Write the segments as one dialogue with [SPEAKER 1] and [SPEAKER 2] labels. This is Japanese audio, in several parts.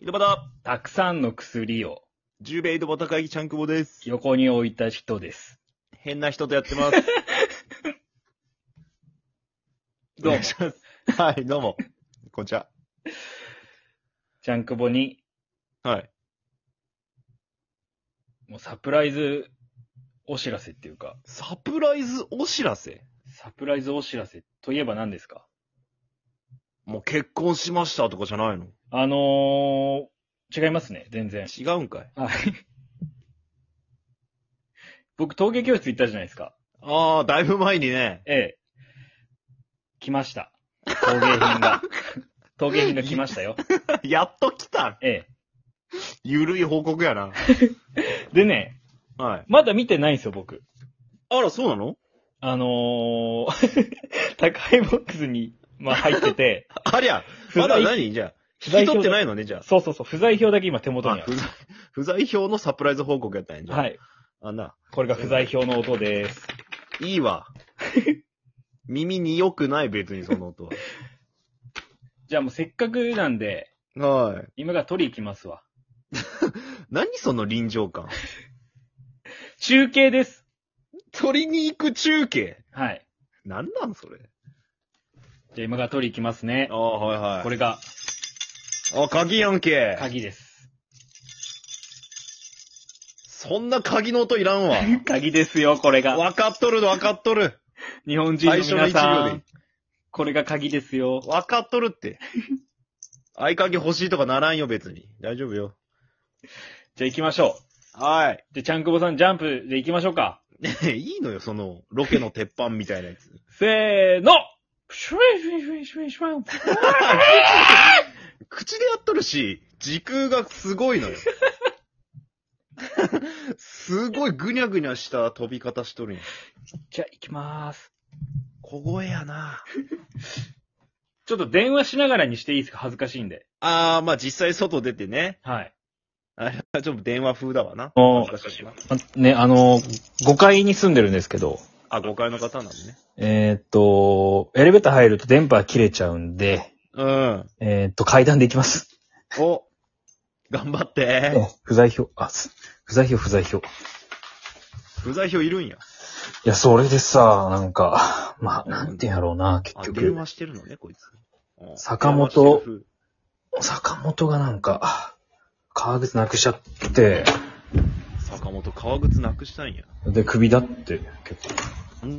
[SPEAKER 1] 井戸端、
[SPEAKER 2] たくさんの薬を
[SPEAKER 1] 十兵衛井戸端会議ちゃんくぼです。
[SPEAKER 2] 横に置いた人です。
[SPEAKER 1] 変な人とやって ます。お
[SPEAKER 2] どうも
[SPEAKER 1] 願いします。はい、どうも。こんにちは。
[SPEAKER 2] ちゃんくぼに、
[SPEAKER 1] はい。
[SPEAKER 2] もうサプライズお知らせっていうか、
[SPEAKER 1] サプライズお知らせ
[SPEAKER 2] サプライズお知らせといえば何ですか
[SPEAKER 1] もう結婚しましたとかじゃないの
[SPEAKER 2] あのー、違いますね、全然。
[SPEAKER 1] 違うんかい
[SPEAKER 2] はい。 僕、陶芸教室行ったじゃないですか。
[SPEAKER 1] ああ、だいぶ前にね。
[SPEAKER 2] ええ。来ました。陶芸品が。陶芸品が来ましたよ。
[SPEAKER 1] やっと来た
[SPEAKER 2] え
[SPEAKER 1] ゆるい報告やな。
[SPEAKER 2] え。でね、
[SPEAKER 1] はい。
[SPEAKER 2] まだ見てないんですよ、僕。
[SPEAKER 1] あら、そうなの
[SPEAKER 2] あのー、 宅配ボックスに、まあ入ってて、
[SPEAKER 1] ありゃ、
[SPEAKER 2] 不
[SPEAKER 1] まだ
[SPEAKER 2] 在、
[SPEAKER 1] 何じゃあ、
[SPEAKER 2] 不
[SPEAKER 1] 引
[SPEAKER 2] 在
[SPEAKER 1] き取
[SPEAKER 2] 表
[SPEAKER 1] ってないのね、じゃ
[SPEAKER 2] そうそうそう、不在表だけ今手
[SPEAKER 1] あ。
[SPEAKER 2] 元に
[SPEAKER 1] あ
[SPEAKER 2] あ
[SPEAKER 1] 不
[SPEAKER 2] る。
[SPEAKER 1] 在、不在表のサプライズ報告やったんや、じゃあ。。
[SPEAKER 2] はいい。
[SPEAKER 1] あんな。
[SPEAKER 2] これが不在表の音です。
[SPEAKER 1] いい わ。耳に良くない、別にその音
[SPEAKER 2] じゃあもうせっかくなんで、
[SPEAKER 1] は。はい。
[SPEAKER 2] 今から取り行きますわ。
[SPEAKER 1] 何その臨場感。
[SPEAKER 2] 中継です。
[SPEAKER 1] 取りに行く中継。
[SPEAKER 2] はい。
[SPEAKER 1] なんなんそれ。
[SPEAKER 2] じゃあ今から取り行きますね
[SPEAKER 1] あ。あ、はいは
[SPEAKER 2] これが
[SPEAKER 1] あ、鍵やんけ。
[SPEAKER 2] 鍵です。
[SPEAKER 1] そんな鍵の音いらんわ。
[SPEAKER 2] 鍵ですよ、これが。
[SPEAKER 1] わかっとるわかっとる。
[SPEAKER 2] 日本人の皆
[SPEAKER 1] 最初の一
[SPEAKER 2] さ
[SPEAKER 1] 行で
[SPEAKER 2] ん。これが鍵ですよ。
[SPEAKER 1] わかっとるって。合鍵欲しいとかならんよ、別に。大丈夫よ。
[SPEAKER 2] じゃあ行きましょ
[SPEAKER 1] はい。
[SPEAKER 2] う。じゃあちゃんくぼさんジャンプで行きましょうか。
[SPEAKER 1] いいのよ、その、ロケの鉄板みたいなやつ。
[SPEAKER 2] せーのシュワシュワシュワシュワシュワン
[SPEAKER 1] 口でやっとるし、時空がすごいのよ。すごいぐにゃぐにゃした飛び方しとるんよ
[SPEAKER 2] じゃあ行きまーす。
[SPEAKER 1] 小声やな。
[SPEAKER 2] ちょっと電話しながらにしていいですか恥ずかしいんで。
[SPEAKER 1] あー、まあ実際外出てね。
[SPEAKER 2] はい。
[SPEAKER 1] あれはちょっと電話風だわな。
[SPEAKER 2] おー
[SPEAKER 1] 恥ずかしいな
[SPEAKER 2] ね、あの、5階に住んでるんですけど、
[SPEAKER 1] あ、誤解の方なのね。
[SPEAKER 2] えーっと、エレベーター入ると電波切れちゃうんで、
[SPEAKER 1] うん。
[SPEAKER 2] えーっと、階段で行きます。
[SPEAKER 1] お、頑張って。
[SPEAKER 2] 不在票、あ、す不在票、不在票。い
[SPEAKER 1] 不在票いるんや。
[SPEAKER 2] や、それでさ、なんか、まあ、なんて言うんやろうな、結
[SPEAKER 1] あ、電
[SPEAKER 2] 局、
[SPEAKER 1] 話してるのね、こいつ。うん
[SPEAKER 2] 坂本。
[SPEAKER 1] 電話してる
[SPEAKER 2] 坂本がなんか、革靴なくしちゃって、
[SPEAKER 1] 風坂本、革靴なくしたんや。
[SPEAKER 2] で、首だって、結構。
[SPEAKER 1] んま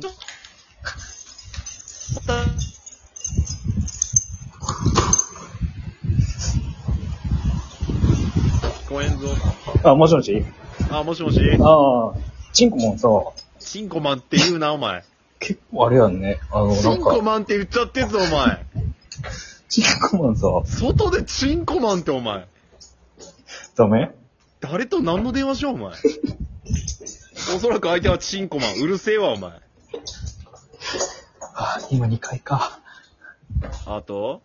[SPEAKER 1] た。聞こえんぞ。
[SPEAKER 2] あ、もしもし
[SPEAKER 1] あ、もしもし。
[SPEAKER 2] ああ、チンコもさ、
[SPEAKER 1] チンコマンって言うな、お前。
[SPEAKER 2] 結構あれやんね。あの、
[SPEAKER 1] チ
[SPEAKER 2] な
[SPEAKER 1] ン
[SPEAKER 2] ん
[SPEAKER 1] コ
[SPEAKER 2] か、
[SPEAKER 1] マンって言っちゃってんぞ、お前。
[SPEAKER 2] チンコマンさ、
[SPEAKER 1] 外でチンコマンって、お前。
[SPEAKER 2] ダメ
[SPEAKER 1] 誰と何の電話しよう、お前。おそらく相手はチンコマン。うるせえわ、お前。
[SPEAKER 2] ああ、今2階か。
[SPEAKER 1] あと、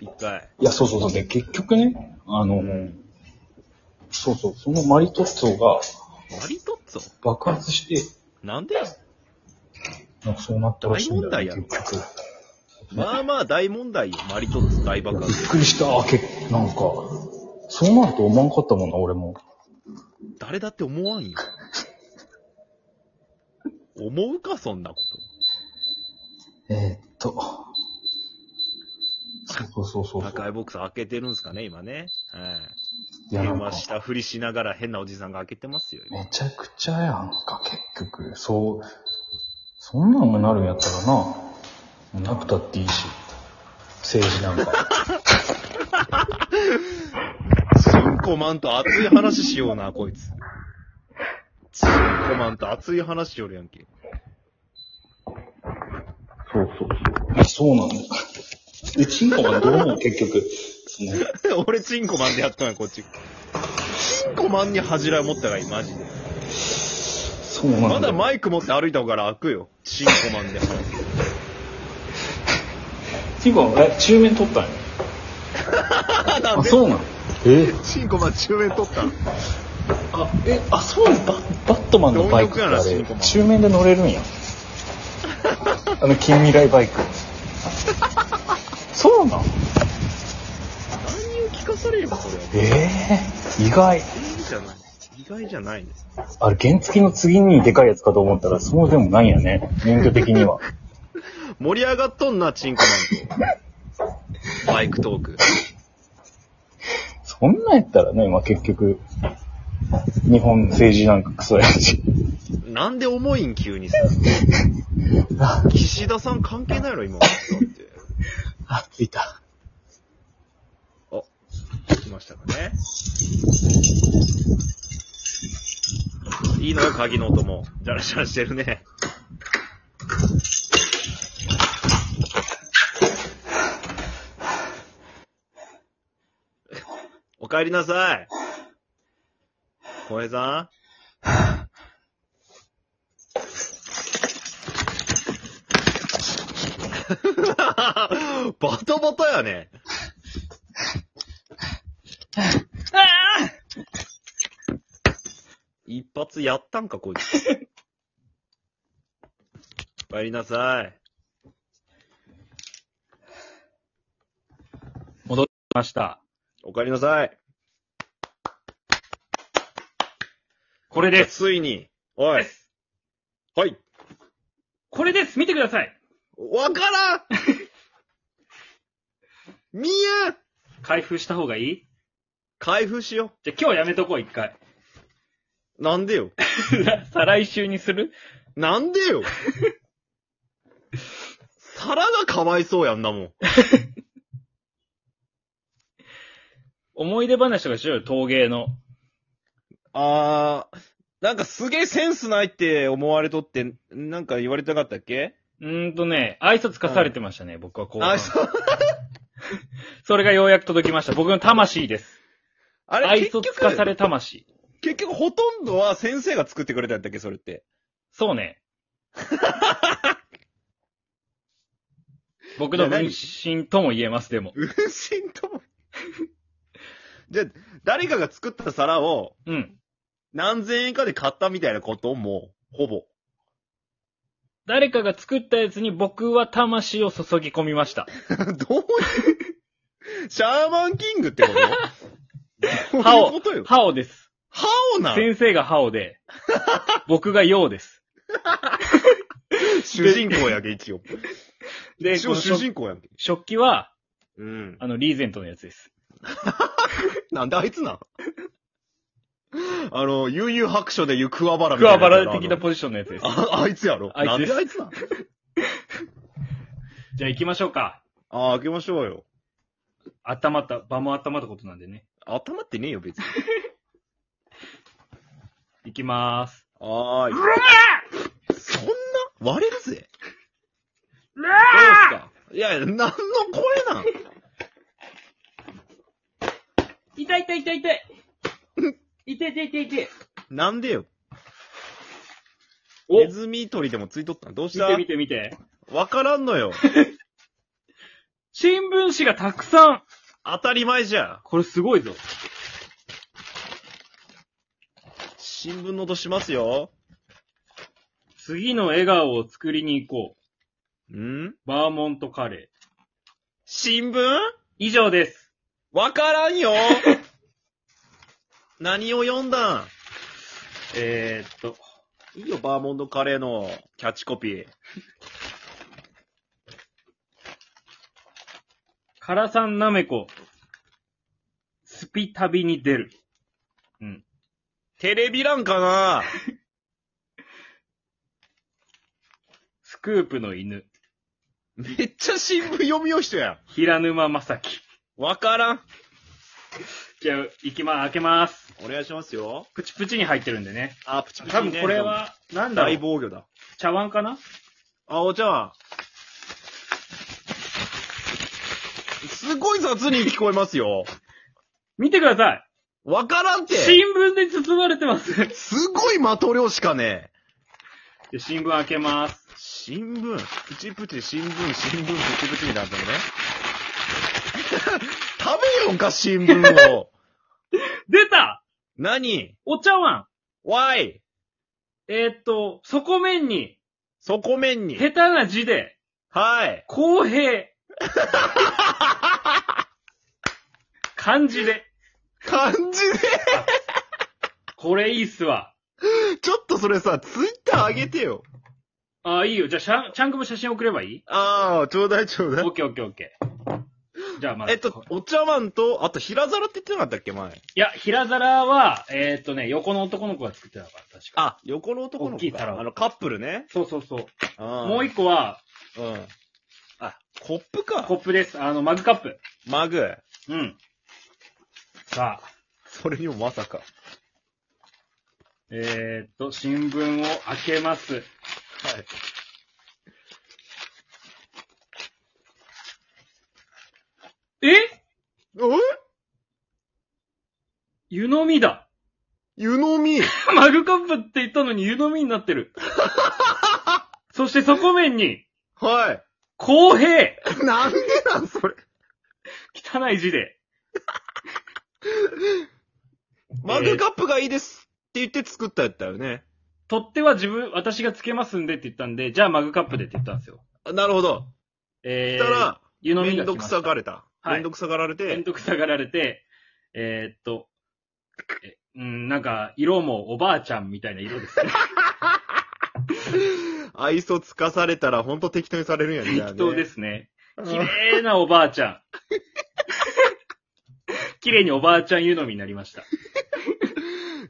[SPEAKER 1] 一回。
[SPEAKER 2] いや、そうそうそう。で、結局ね、あの、
[SPEAKER 1] ん
[SPEAKER 2] そうそう、そのマリトッツォが
[SPEAKER 1] マリトッツォ
[SPEAKER 2] 爆発して、
[SPEAKER 1] なんでや
[SPEAKER 2] なんかそうなったらしいんだ
[SPEAKER 1] 大
[SPEAKER 2] よ、ね、
[SPEAKER 1] 問
[SPEAKER 2] 結局。
[SPEAKER 1] まあまあ大問題よ。マリトッツォ大爆
[SPEAKER 2] びっ
[SPEAKER 1] 発。
[SPEAKER 2] くりした、けなんか、そうなると思わんかったもんな、俺も。
[SPEAKER 1] 誰だって思わんよ。思うか、そんなこ
[SPEAKER 2] えー、っと。そうそうそう
[SPEAKER 1] と。
[SPEAKER 2] そう。
[SPEAKER 1] 宅配ボックス開けてるんすかね、今ね。はい。
[SPEAKER 2] いや、な
[SPEAKER 1] 電
[SPEAKER 2] んか
[SPEAKER 1] 話、したふりしながら変なおじさんが開けてますよ。今
[SPEAKER 2] めちゃくちゃやんか、結局。そう、そんなんがなるんやったらな、もうなくたっていいし、政治なんか。
[SPEAKER 1] チンコマンと熱い話しような、こいつ。チンコマンと熱い話しよるやんけ。
[SPEAKER 2] そうそうそう。そうなの。で、チンコがどうも結局、その、
[SPEAKER 1] 俺チンコマンでやったのよ、こっち。チンコマンに恥じらい持ったがいい、マジで。
[SPEAKER 2] そうなの。
[SPEAKER 1] まだマイク持って歩いた方が楽よ。チンコマンで話す。
[SPEAKER 2] チンコが、え、中面取ったんや。
[SPEAKER 1] なん
[SPEAKER 2] あ、
[SPEAKER 1] で
[SPEAKER 2] そうなの。え
[SPEAKER 1] チンコマン中面取ったの
[SPEAKER 2] あ、え、あ、そうなのババットマンのバイクってあ
[SPEAKER 1] 貪欲やなチンコマ
[SPEAKER 2] れ、
[SPEAKER 1] ン
[SPEAKER 2] 中面で乗れるんや。あの、近未来バイク。そうなの
[SPEAKER 1] を聞かされればそれは。
[SPEAKER 2] ええ意外。
[SPEAKER 1] 意外じゃない。意外じゃないです。
[SPEAKER 2] あれ、原付の次にでかいやつかと思ったら、そうでもないんやね。免許的には。
[SPEAKER 1] 盛り上がっとんな、チンコマンと。バイクトーク。
[SPEAKER 2] そんなんやったらね、まあ、結局、日本政治なんかクソや し。
[SPEAKER 1] なんで重いん、急にさ。
[SPEAKER 2] あ、
[SPEAKER 1] 岸田さん関係ないやろ、今。だって。
[SPEAKER 2] あ、着いた。
[SPEAKER 1] あ、来ましたかね。いいのよ、鍵の音も。じゃらじゃらしてるね。お帰りなさい。小平さん バタバタやね。一発やったんか、こいつ。 お帰りなさい。
[SPEAKER 3] 戻りました。
[SPEAKER 1] お帰りなさい。
[SPEAKER 3] これです。
[SPEAKER 1] ついに、おい。はい。
[SPEAKER 3] これです。見てください。
[SPEAKER 1] わからん 見えん
[SPEAKER 3] 開封した方がいい
[SPEAKER 1] 開封しよ
[SPEAKER 3] じゃあ今日やめとこう、一回。
[SPEAKER 1] う。なんでよ。
[SPEAKER 3] 再来週にする
[SPEAKER 1] なんで よ。皿がかわいそうやんなもん。
[SPEAKER 3] 思い出話とかしようよ、陶芸の。
[SPEAKER 1] あー、なんかすげえセンスないって思われとって、なんか言われたかったっけ
[SPEAKER 3] うーんとね、挨拶かされてましたね、僕はこう。
[SPEAKER 1] あ、そう。
[SPEAKER 3] それがようやく届きました。僕の魂です。
[SPEAKER 1] あれ、
[SPEAKER 3] 愛
[SPEAKER 1] 結
[SPEAKER 3] 想
[SPEAKER 1] 局
[SPEAKER 3] つかされ魂。
[SPEAKER 1] 結局ほとんどは先生が作ってくれたんだっけ、それって。
[SPEAKER 3] そう ね。僕の分身とも言えます、でも。
[SPEAKER 1] うんしんとも。 じゃあ、誰かが作った皿を
[SPEAKER 3] うん。
[SPEAKER 1] 何千円かで買ったみたいなことも、ほぼ。
[SPEAKER 3] 誰かが作ったやつに僕は魂を注ぎ込みました。
[SPEAKER 1] どういう、シャーマンキングってこと
[SPEAKER 3] 歯
[SPEAKER 1] どういう
[SPEAKER 3] を
[SPEAKER 1] ことよ。、
[SPEAKER 3] 歯をです。
[SPEAKER 1] ハオなの
[SPEAKER 3] 先生がハオ で、僕がヨウです。
[SPEAKER 1] 主人公やんけ、一応。
[SPEAKER 3] で、
[SPEAKER 1] 一
[SPEAKER 3] この
[SPEAKER 1] 応主
[SPEAKER 3] 食
[SPEAKER 1] 人公やんけ。
[SPEAKER 3] 食器は、
[SPEAKER 1] うん。
[SPEAKER 3] あの、リーゼントのやつです。
[SPEAKER 1] なんであいつなんあの、悠々白書でいうクワバラみ
[SPEAKER 3] ク
[SPEAKER 1] た
[SPEAKER 3] ワ
[SPEAKER 1] いなや
[SPEAKER 3] バ
[SPEAKER 1] つや
[SPEAKER 3] ラ
[SPEAKER 1] ろ。
[SPEAKER 3] 的なポジションのやつです。
[SPEAKER 1] あ、あいつやろ。
[SPEAKER 3] あいつ
[SPEAKER 1] なん
[SPEAKER 3] です
[SPEAKER 1] であいつなん
[SPEAKER 3] じゃあ行きましょうか。
[SPEAKER 1] あ、開けましょうよ。
[SPEAKER 3] 温まった、場も温まったことなんでね。
[SPEAKER 1] 頭ってねえよ、別に。
[SPEAKER 3] 行きまーす。
[SPEAKER 1] はーい。そんな割れるぜ。どうですかいや、何の声 なん
[SPEAKER 3] 痛い痛い痛い痛い痛い痛い痛い痛い
[SPEAKER 1] なんでよ。
[SPEAKER 3] お
[SPEAKER 1] ネズミ取りでもついとったんどうした
[SPEAKER 3] 見て見て見て。
[SPEAKER 1] わからんの よ。
[SPEAKER 3] 新聞紙がたくさん
[SPEAKER 1] 当たり前じゃん。
[SPEAKER 3] これすごいぞ。
[SPEAKER 1] 新聞の音しますよ。
[SPEAKER 3] 次の笑顔を作りに行こう。
[SPEAKER 1] ん
[SPEAKER 3] バーモントカレー。
[SPEAKER 1] 新聞
[SPEAKER 3] 以上です。
[SPEAKER 1] わから んよ何を読んだん
[SPEAKER 3] えー、っと、
[SPEAKER 1] いいよ、バーモンドカレーのキャッチコピー。
[SPEAKER 3] カラさんなめこ、スピ旅に出る。
[SPEAKER 1] テレビ欄かな
[SPEAKER 3] スクープの犬、
[SPEAKER 1] めっちゃ新聞読みよう人や
[SPEAKER 3] 平沼正樹。
[SPEAKER 1] ん。わからん。
[SPEAKER 3] じゃあ、行きま、開けます。
[SPEAKER 1] お願いしますよ。
[SPEAKER 3] プチプチに入ってるんでね。
[SPEAKER 1] あ、プチプチ、
[SPEAKER 3] 多分これ、は、なんだろ
[SPEAKER 1] 大
[SPEAKER 3] う。
[SPEAKER 1] 防御だ。
[SPEAKER 3] 茶碗かな
[SPEAKER 1] あ、お茶碗。すごい雑に聞こえますよ。
[SPEAKER 3] 見てくださ
[SPEAKER 1] わからんっ
[SPEAKER 3] い
[SPEAKER 1] て。
[SPEAKER 3] 新聞で包まれてます。です
[SPEAKER 1] ごい的量しかねえ。
[SPEAKER 3] 新聞開けます。
[SPEAKER 1] 新聞、プチプチ、新聞、新聞、プチプチみたいなのね。 食べようか、新聞を。
[SPEAKER 3] 出た
[SPEAKER 1] 何
[SPEAKER 3] お茶碗
[SPEAKER 1] わい
[SPEAKER 3] えー、っと、底面に、
[SPEAKER 1] 底面に。
[SPEAKER 3] 下手な字で、
[SPEAKER 1] はい。
[SPEAKER 3] 公平。漢字で。
[SPEAKER 1] 漢字
[SPEAKER 3] これいいっすわ。
[SPEAKER 1] で、ちょっとそれさ、ツイッター上げてよ。
[SPEAKER 3] ああ、いいよ。じゃあ、シャン、チャンクも写真送ればいい
[SPEAKER 1] ああ、ちょうだいちょうだ
[SPEAKER 3] オ
[SPEAKER 1] い
[SPEAKER 3] ッ。ケーオッケーオッケー。じゃあ、まず。
[SPEAKER 1] えっと、お茶碗と、あと平皿って言ってなかったっけ、前。
[SPEAKER 3] いや、平皿は、えーっとね、横の男の子が作ってたから、確か。
[SPEAKER 1] あ、横の男の
[SPEAKER 3] 大き
[SPEAKER 1] 子か。
[SPEAKER 3] い皿
[SPEAKER 1] あの、カップルね。
[SPEAKER 3] そうそうそう。
[SPEAKER 1] も
[SPEAKER 3] もう一個は、
[SPEAKER 1] 個。うん。あ、コップか
[SPEAKER 3] コッ。プです。あの、マグカップ。
[SPEAKER 1] マグ。
[SPEAKER 3] うん。さあ、
[SPEAKER 1] それにもまさか。
[SPEAKER 3] えーっと、新聞を開けます。
[SPEAKER 1] はい。
[SPEAKER 3] え
[SPEAKER 1] お
[SPEAKER 3] 湯飲みだ。
[SPEAKER 1] 湯飲み。
[SPEAKER 3] マグカップって言ったのに湯飲みになっ てる。そして底面に、
[SPEAKER 1] はい。
[SPEAKER 3] 公平
[SPEAKER 1] なんでなん、それ。
[SPEAKER 3] 汚い字で。
[SPEAKER 1] マグカップがいいですって言って作ったやったよね。
[SPEAKER 3] 取っては自分、私がつけますんでって言ったんで、じゃあマグカップでって言ったんですよ。
[SPEAKER 1] あなるほど。
[SPEAKER 3] え
[SPEAKER 1] した
[SPEAKER 3] ー、
[SPEAKER 1] ら、
[SPEAKER 3] 湯飲み
[SPEAKER 1] めん
[SPEAKER 3] が来
[SPEAKER 1] ど
[SPEAKER 3] ま
[SPEAKER 1] く
[SPEAKER 3] した
[SPEAKER 1] さがれた。
[SPEAKER 3] はい
[SPEAKER 1] めんどくさがられ
[SPEAKER 3] めん
[SPEAKER 1] て、
[SPEAKER 3] どくさがられて、えーっと、えうん、なんか、色もおばあちゃんみたいな色ですね。
[SPEAKER 1] 愛想つかされたらほんと適当にされるんやね。じゃあ
[SPEAKER 3] 適
[SPEAKER 1] ね
[SPEAKER 3] 当で。すね。
[SPEAKER 1] うん
[SPEAKER 3] 綺麗なおばあ ちゃん。綺麗におばあちゃん湯飲みになりました。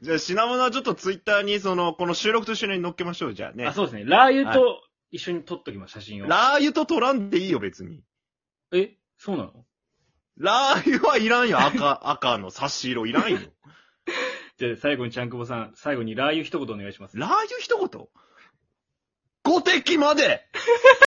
[SPEAKER 1] じゃあ品物はちょっとツイッターにその、この収録と一緒に載っけましょう、じゃあね
[SPEAKER 3] あ、。そうですね。ラー油と一緒に撮っときます、写真を。
[SPEAKER 1] ラー油と取らんでいいよ、別に。
[SPEAKER 3] え、そうなの
[SPEAKER 1] ラー油はいらんよ、赤、赤の差し色いらんよ。
[SPEAKER 3] じゃあ最後にちゃんくぼさん、最後にラー油一言お願いします。
[SPEAKER 1] ラー油一言五滴まで